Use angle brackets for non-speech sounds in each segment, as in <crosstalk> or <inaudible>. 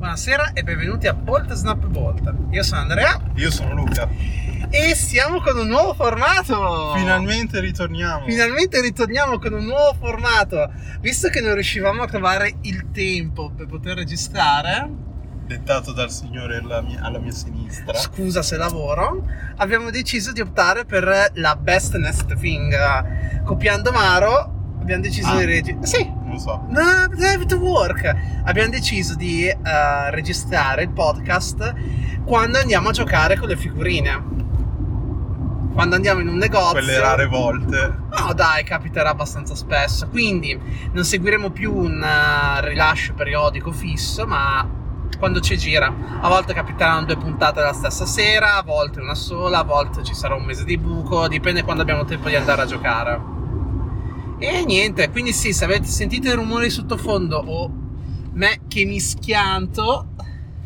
buonasera e benvenuti a Bolt Snap Bolt. Io sono Andrea Io sono Luca. e siamo con un nuovo formato. Finalmente ritorniamo. Finalmente ritorniamo con un nuovo formato. Visto che non riuscivamo a trovare il tempo per poter registrare, Dettato dal Signore alla mia, alla mia sinistra. scusa se lavoro, abbiamo deciso di optare per la best next thing. Copiando Maro, abbiamo deciso Ah. di registrare. Sì, Non so. No, drive to work. Abbiamo deciso di eh, registrare il podcast quando andiamo a giocare con le figurine. Quando andiamo in un negozio. Quelle rare volte. No, dai, capiterà abbastanza spesso. Quindi non seguiremo più un eh, rilascio periodico fisso, ma quando ci gira. A volte capiteranno due puntate la stessa sera, a volte una sola, a volte ci sarà un mese di buco, dipende quando abbiamo tempo di andare a giocare. E niente, quindi sì, se avete sentito i rumori di sottofondo o me che mi schianto,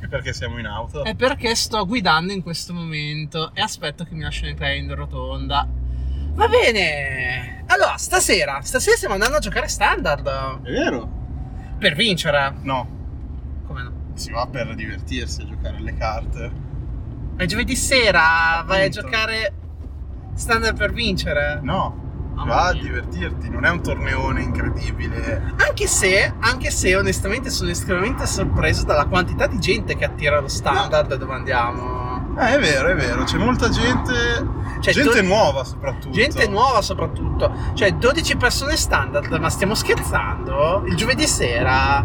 Perché siamo in auto. è perché sto guidando in questo momento e aspetto che mi lasciano entrare in rotonda. Va bene. Allora, stasera, stasera stiamo andando a giocare standard È vero? per vincere. No. Come no? Si va per divertirsi a giocare alle carte. Ma giovedì sera vai a Appunto. giocare standard per vincere. No. Mamma Va a mia. divertirti. Non è un torneone incredibile. Anche se, anche se onestamente sono estremamente sorpreso dalla quantità di gente che attira lo standard dove andiamo. Eh, è vero, è vero. C'è molta gente. Cioè, gente do- nuova soprattutto. Gente nuova soprattutto, cioè 12 persone standard, ma stiamo scherzando? Il giovedì sera?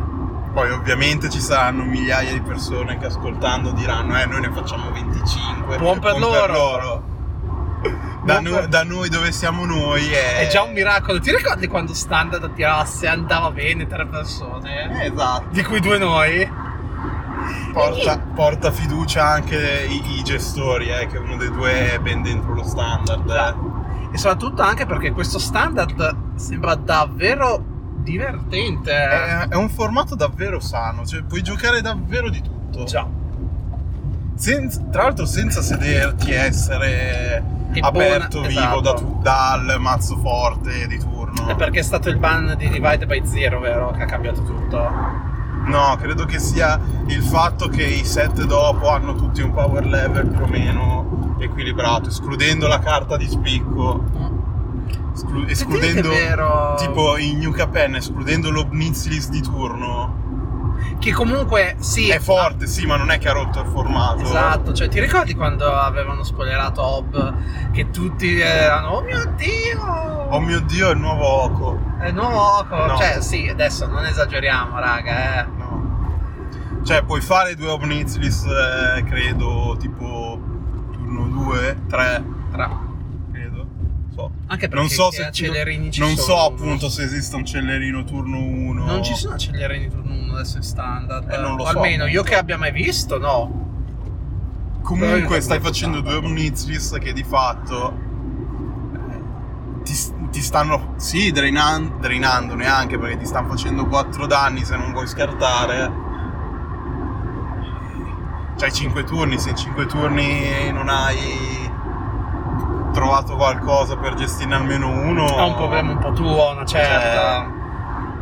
Poi ovviamente ci saranno migliaia di persone che ascoltando diranno eh noi ne facciamo 25. Buon per loro. Da, Buon no- per- da noi dove siamo noi È è... già un miracolo. Ti ricordi quando standard attirava se andava bene tre persone? Eh, esatto. Di cui due noi? Porta, porta fiducia anche i, i gestori, eh, che uno dei due è ben dentro lo standard. eh. E soprattutto anche perché questo standard sembra davvero divertente. eh. È, è un formato davvero sano, cioè puoi giocare davvero di tutto. Già. Senza- tra l'altro senza sederti, essere E aperto, buona- vivo esatto. da tu- dal mazzo forte di turno. È perché è stato il ban di Divide by Zero, vero? Che ha cambiato tutto. No, credo che sia il fatto che i set dopo hanno tutti un power level più o meno equilibrato, escludendo la carta di spicco, esclu- escludendo Effettivamente è vero. tipo in New Capen, escludendo l'Obnizilis di turno. Che comunque sì. È forte, sì, ma non è che ha rotto il formato. Esatto, cioè ti ricordi quando avevano spoilerato Hob che tutti erano Oh mio Dio! Oh mio dio, è il nuovo Oco. È il nuovo Oco. No. Cioè sì, adesso non esageriamo raga, eh. No. Cioè, puoi fare due Obnizilis, eh, credo, tipo turno 2, 3, Tra- credo. So. Anche Eh, perché Non so i se ci- Cellerini ci non sono. so appunto se esista un cellerino turno 1. Non ci sono Cellerini turno 1 adesso in standard. Eh, non lo O so, Almeno io appunto. che abbia mai visto, no. Però io Comunque stai non facendo so. due omnitris che di fatto eh, ti, ti stanno sì drainan- drainando neanche perché ti stanno facendo 4 danni se non vuoi scartare. C'hai 5 turni, se in 5 turni non hai trovato qualcosa per gestirne almeno uno cioè, È un problema un po' tuo, una certa.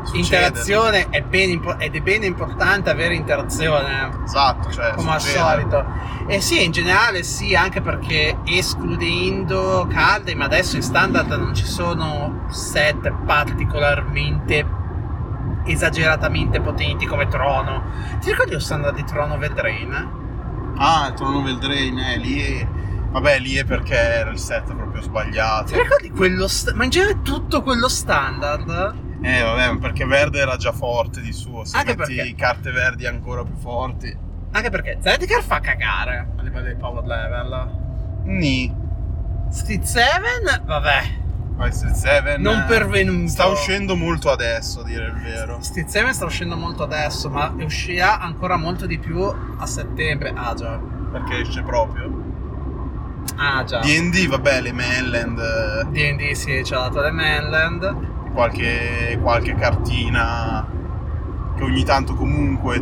succede. Interazione è ben impo- ed è bene importante avere interazione. Esatto, cioè come al succede. solito. E sì, in generale sì, anche perché escludendo calde, ma adesso in standard non ci sono set particolarmente esageratamente potenti come Trono. Ti ricordi lo standard di Trono Veldrain? Ah, il Trono del Drain, eh, lì è... Vabbè, lì è perché era il set proprio sbagliato. <laughs> Ti ricordi quello st- ma in generale tutto quello standard? Eh, vabbè, ma perché verde era già forte di suo. Se Anche metti perché- carte verdi ancora più forti. Anche perché Zendikar fa cagare a livello di power level. Ni. Street 7, vabbè, Maestri 7. non pervenuto. Sta uscendo molto adesso, a dire il vero. Stizzeme sta uscendo molto adesso, ma uscirà ancora molto di più a settembre. Ah già. Perché esce proprio. Ah già. D&D, vabbè, le mainland, eh, D&D sì, c'è la Tale Mainland. qualche, qualche cartina che ogni tanto comunque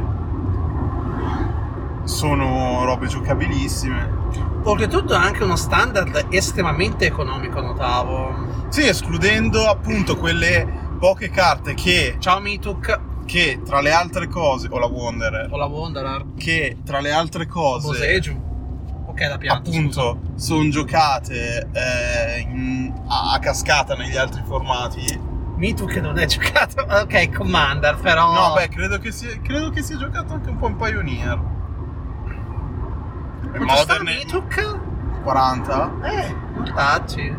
sono robe giocabilissime. Oltretutto è anche uno standard estremamente economico, notavo. Sì, escludendo appunto quelle poche carte che, Ciao Mituk. che tra le altre cose, o la Wanderer, O la Wanderer. che tra le altre cose, Boseju. Ok, la pianta. scusa. appunto, sono giocate eh, in- a, a cascata negli altri formati. Mitu che non è giocato. <laughs> Ok, Commander, però. No, beh, credo che, sia, credo che sia giocato anche un po' in Pioneer. E Quanto sta Modern è Mituk? 40. Eh, mortacci.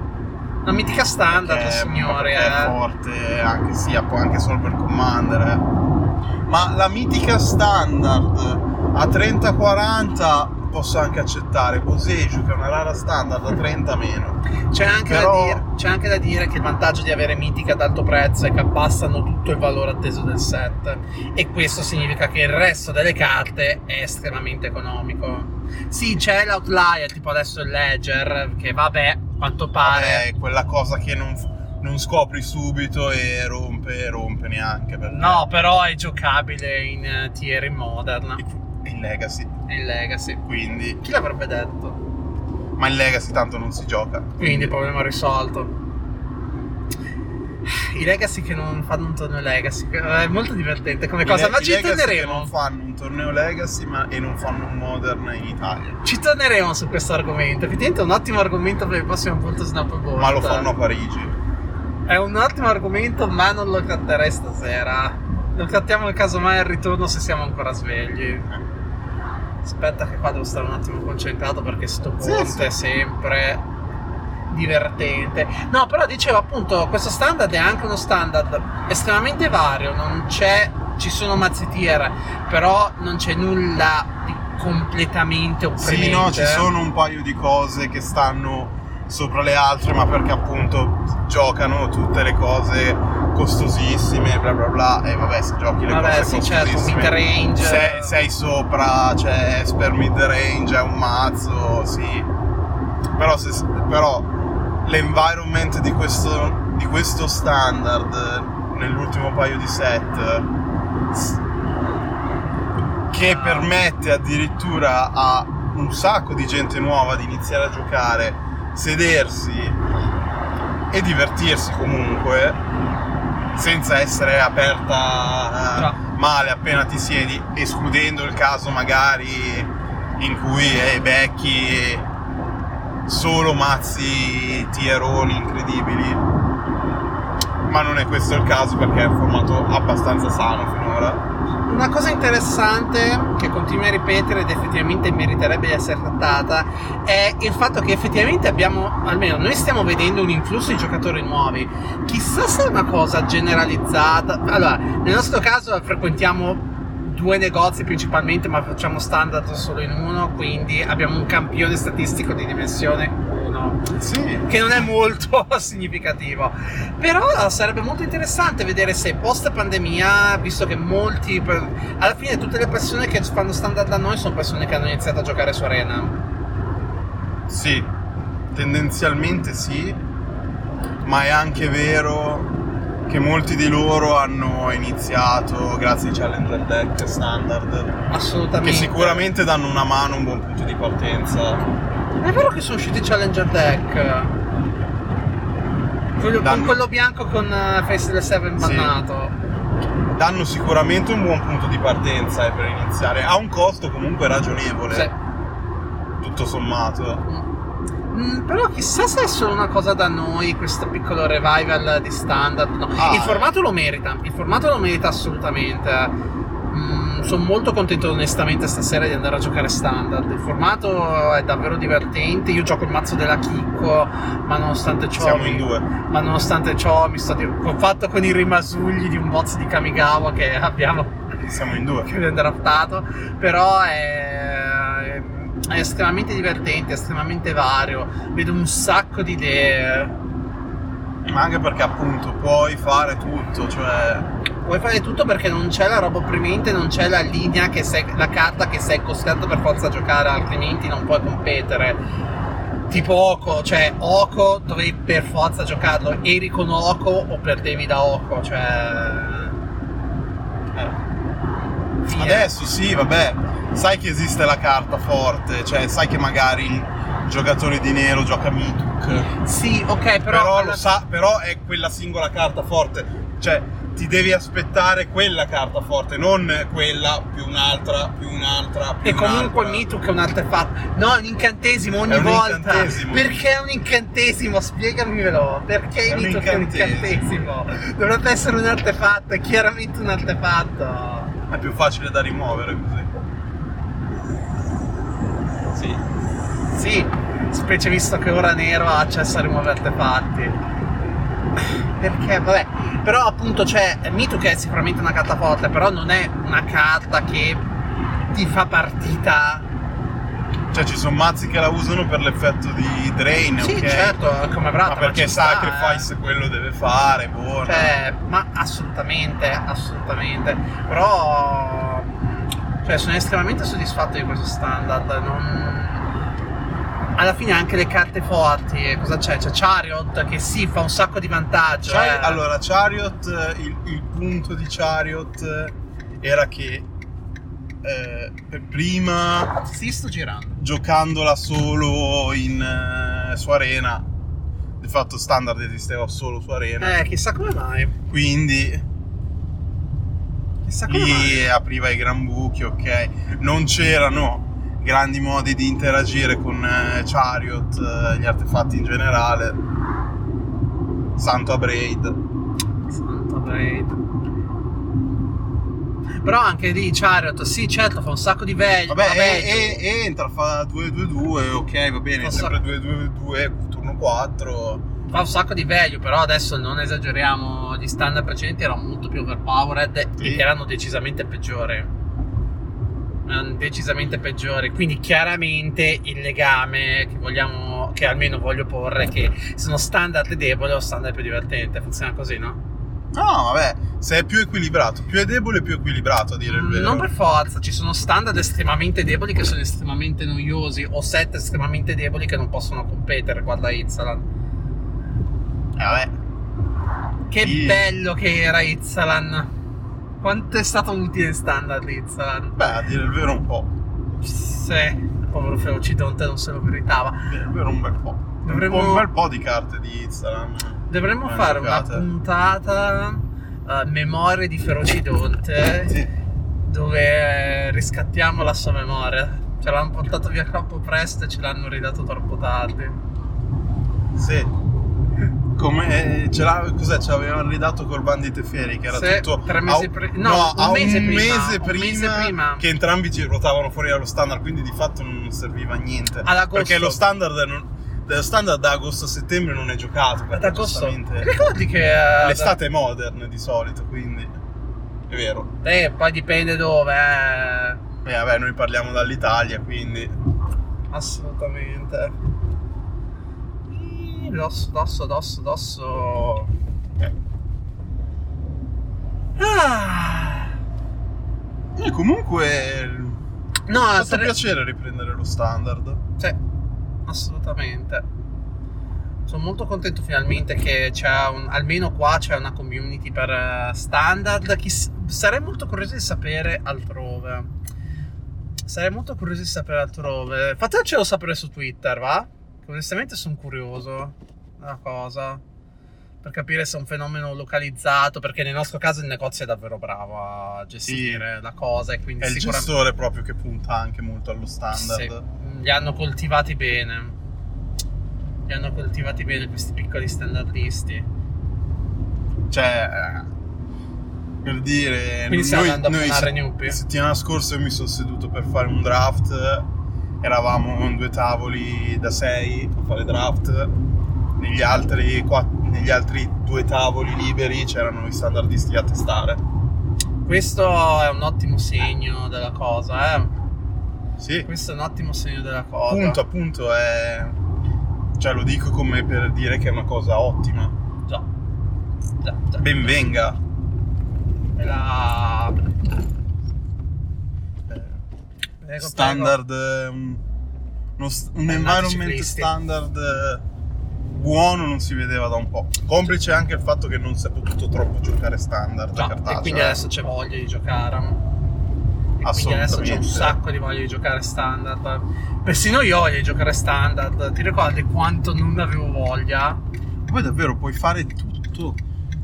Una mitica standard, perché- signore. perché è eh. forte anche, sì, app- anche solo per Commander eh. ma la mitica standard a 30-40 posso anche accettare Boseju che è una rara standard a 30 meno C'è anche, da Però- dire, c'è anche da dire che il vantaggio di avere mitica ad alto prezzo è che abbassano tutto il valore atteso del set e questo significa che il resto delle carte è estremamente economico. Sì, c'è l'outlier, tipo adesso il ledger, che vabbè, a quanto Vabbè, pare... è quella cosa che non, non scopri subito e rompe rompe neanche perché- No, però è giocabile in eh, tier in modern in Legacy e in legacy. quindi Chi l'avrebbe detto? ma in Legacy tanto non si gioca Quindi problema risolto. I legacy che non fanno un torneo legacy. eh, È molto divertente come I cosa, le- ma i ci Legacy che torneremo. non fanno un torneo Legacy ma, e non fanno un Modern in Italia Ci torneremo su questo argomento. Effettivamente è un ottimo argomento per il prossimo punto Snap Board. ma lo fanno a Parigi È un ottimo argomento, ma non lo tratterei stasera. Lo trattiamo nel caso mai al ritorno se siamo ancora svegli. Aspetta che qua devo stare un attimo concentrato perché sto Sì, ponte sì. è sempre divertente. No, però dicevo appunto, questo standard è anche uno standard estremamente vario, non c'è ci sono mazzitiere, però non c'è nulla di completamente opprimente. Sì, no, ci sono un paio di cose che stanno sopra le altre, ma perché appunto giocano tutte le cose costosissime, bla bla bla, e vabbè, se giochi le Vabbè, cose sì, certo, costosissime, mid-range. sei, sei sopra, cioè, Esper mid range, è un mazzo, sì. Però, se- però l'environment di questo, di questo standard eh, nell'ultimo paio di set eh, s- che permette addirittura a un sacco di gente nuova di iniziare a giocare, sedersi e divertirsi comunque senza essere aperta eh, Già. male appena ti siedi, escludendo il caso magari in cui eh, becchi solo mazzi tieroni incredibili. Ma non è questo il caso perché è un formato abbastanza sano finora. Una cosa interessante che continuo a ripetere ed effettivamente meriterebbe di essere trattata è il fatto che effettivamente abbiamo, almeno noi stiamo vedendo un influsso di giocatori nuovi. Chissà se è una cosa generalizzata. Allora, nel nostro caso frequentiamo due negozi principalmente, ma facciamo standard solo in uno, quindi abbiamo un campione statistico di dimensione 1 Sì. che non è molto <laughs> significativo. Però eh, sarebbe molto interessante vedere se post pandemia, visto che molti, per- alla fine tutte le persone che fanno standard da noi sono persone che hanno iniziato a giocare su Arena. Sì, tendenzialmente sì, ma è anche vero che molti di loro hanno iniziato grazie ai Challenger Deck standard, Assolutamente. che sicuramente danno una mano, un buon punto di partenza. Non È vero che sono usciti i Challenger Deck. Quello, con Danno- quello bianco con eh, Faceless 7 Sì. bannato. Danno sicuramente un buon punto di partenza eh, per iniziare, a un costo comunque ragionevole, Sì. tutto sommato. Mm, però chissà se è solo una cosa da noi questo piccolo revival di standard. no. Ah, il formato lo merita, il formato lo merita assolutamente. sono molto contento onestamente stasera di andare a giocare standard. Il formato è davvero divertente. Io gioco il mazzo della Chicco, ma nonostante ciò. Siamo mi- in due. Ma nonostante ciò mi sto di- ho fatto con i rimasugli di un box di Kamigawa che abbiamo Siamo in due. che viene draftato, però è, è estremamente divertente, estremamente vario, vedo un sacco di idee. Ma anche perché appunto puoi fare tutto, cioè Puoi fare tutto perché non c'è la roba opprimente, non c'è la linea che sei, la carta che sei costretto per forza a giocare, altrimenti non puoi competere. Tipo Oco, cioè Oco dovevi per forza giocarlo, eri con Oco o perdevi da Oco, cioè... Fine. Adesso sì, vabbè, sai che esiste la carta forte, cioè sai che magari il giocatore di nero gioca Mituk, Sì, ok, però... però, alla- lo sa, però è quella singola carta forte, cioè ti devi aspettare quella carta forte, non quella più un'altra, più un'altra, più E comunque un'altra. Mituk è un artefatto. No, è un incantesimo ogni È un volta. incantesimo. Perché è un incantesimo? Spiegamelo. Perché È un Mituk è un incantesimo? Dovrebbe essere un artefatto, è chiaramente un artefatto. È più facile da rimuovere così. Sì. Sì, specie visto che ora Nero ha accesso a rimuovere artefatti. Perché, vabbè, però appunto c'è Mituk è sicuramente una carta forte, però non è una carta che ti fa partita. Cioè ci sono mazzi che la usano per l'effetto di drain, Sì, ok? certo, come brata. Ma perché ci sta, eh. Sacrifice quello deve fare, buono. Cioè, ma assolutamente, assolutamente. Però cioè, sono estremamente soddisfatto di questo standard. non- Alla fine anche le carte forti, eh, cosa c'è? C'è Chariot che sì, fa un sacco di vantaggio. Chari- eh. Cioè, allora, Chariot, eh, il, il punto di Chariot eh, era che eh, per prima Sì, sto girando. giocandola solo in eh, su arena, di fatto standard esisteva solo su arena, Eh, chissà come mai. quindi Chissà come mai. lì apriva i gran buchi, ok? Non c'erano grandi modi di interagire con eh, Chariot, eh, gli artefatti in generale. Santo a Braid. Santa Braid. Però anche lì Chariot, sì, certo, fa un sacco di veglie. Vabbè, vabbè, e- e- entra, fa 2-2-2, ok, va bene, Posso- sempre 2-2-2, turno 4. fa un sacco di value, però adesso non esageriamo. Gli standard precedenti erano molto più overpowered Sì. ed erano decisamente peggiori. Erano decisamente peggiori. Quindi, chiaramente il legame che vogliamo, che almeno voglio porre, è che sono standard debole o standard più divertente. Funziona così, no? No, vabbè, se è più equilibrato, più è debole, più è equilibrato, a dire il Mm, vero. Non per forza, ci sono standard estremamente deboli che sono estremamente noiosi, o set estremamente deboli che non possono competere. Guarda Izzalan. Eh, vabbè, Che Sì. bello che era Izzalan. Quanto è stato utile standard Izzalan. beh, a dire il vero un po'. Se povero Feocidonte non se lo meritava. a dire il vero un bel po'. Dovremmo- Un, po'- un bel po' di carte di Izzalan. Dovremmo Eh, fare una giocate. puntata eh, memorie di Ferocidonte <laughs> Sì. dove eh, riscattiamo la sua memoria. Ce l'hanno portato via troppo presto e ce l'hanno ridato troppo tardi. Sì. Come eh, ce l'ha, cos'è? Ce l'avevano ridato col bandite Fieri che era Sì, tutto tre mesi a- pre- no, no, un a mese prima, mese un mese prima prima. che entrambi ci ruotavano fuori dallo standard, quindi di fatto non serviva a niente. Ad agosto. Perché lo standard non- dello standard da agosto a settembre non è giocato, Ad perché agosto. giustamente Ricordi che. eh, l'estate è modern di solito, quindi è vero. Eh, poi dipende dove. eh. E vabbè, noi parliamo dall'Italia, quindi Assolutamente. Dosso, dosso, dosso, dosso. eh. Ah. E eh, comunque No, è stato sare- piacere riprendere lo standard. sì, assolutamente. Sono molto contento finalmente che c'è un, almeno qua c'è una community per eh, standard. Chiss- sarei molto curioso di sapere altrove. Sarei molto curioso di sapere altrove. Fatecelo sapere su Twitter, va? Che onestamente sono curioso della cosa. Per capire se è un fenomeno localizzato, perché nel nostro caso il negozio è davvero bravo a gestire la cosa e quindi È il sicuramente gestore proprio che punta anche molto allo standard. sì, li hanno coltivati bene. Li hanno coltivati bene questi piccoli standardisti. Cioè, eh, per dire, Quindi stiamo andando a punare Newbie? la settimana scorsa io mi sono seduto per fare un draft, eravamo con due tavoli da sei a fare draft, negli altri, qua- negli altri due tavoli liberi c'erano i standardisti a testare. Questo è un ottimo segno della cosa, eh. Sì, Questo è un ottimo segno della cosa. appunto, appunto, è... Cioè, lo dico come per dire che è una cosa ottima. Già. Già, già. Benvenga. Ecco, È la- Eh, Prego, standard eh, un, uno s- un Dannati environment ciclisti. standard eh, buono non si vedeva da un po' complice anche il fatto che non si è potuto troppo giocare standard eh. prego. Già, cartacea e quindi adesso c'è voglia di giocare. E quindi adesso c'è un Assolutamente. sacco di voglia di giocare standard. Persino io ho voglia di giocare standard. Ti ricordi quanto non avevo voglia? poi davvero puoi fare tutto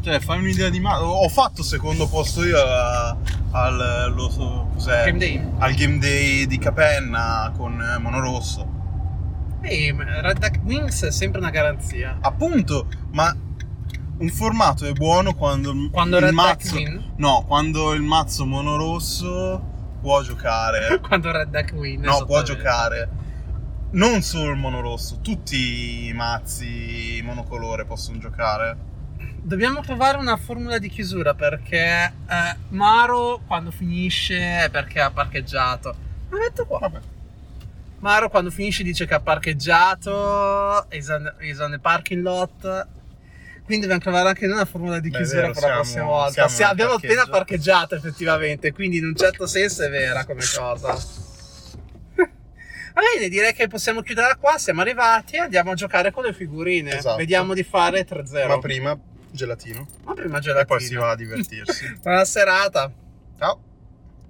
Cioè, fammi un'idea di mazzo. Ho fatto secondo posto io alla- al, lo so- cos'è? Game Day. al game day di Capenna con eh, Monorosso. Ehi, ma Red Duck Wings è sempre una garanzia. Appunto, ma un formato è buono quando, il- Quando il Red Duck mazzo. win, <laughs> No, quando il mazzo monorosso <laughs> può giocare. quando Red Duck win. no, può esattamente. giocare. Non solo il monorosso, tutti i mazzi monocolore possono giocare. Dobbiamo trovare una formula di chiusura perché eh, Maro quando finisce è perché ha parcheggiato. Ma metto qua. Vabbè. Maro quando finisce dice che ha parcheggiato, is on, is on the parking lot. Quindi dobbiamo trovare anche noi una formula di Beh, è chiusura vero, per la siamo- prossima volta. siamo Sì, al abbiamo parcheggio. appena parcheggiato effettivamente, quindi in un certo senso è vera come cosa. Va bene, direi che possiamo chiudere qua, siamo arrivati e andiamo a giocare con le figurine. Esatto. Vediamo di fare 3-0. Ma prima gelatino. Ma prima E gelatina. <laughs> poi si va a divertirsi. Buona serata. Ciao.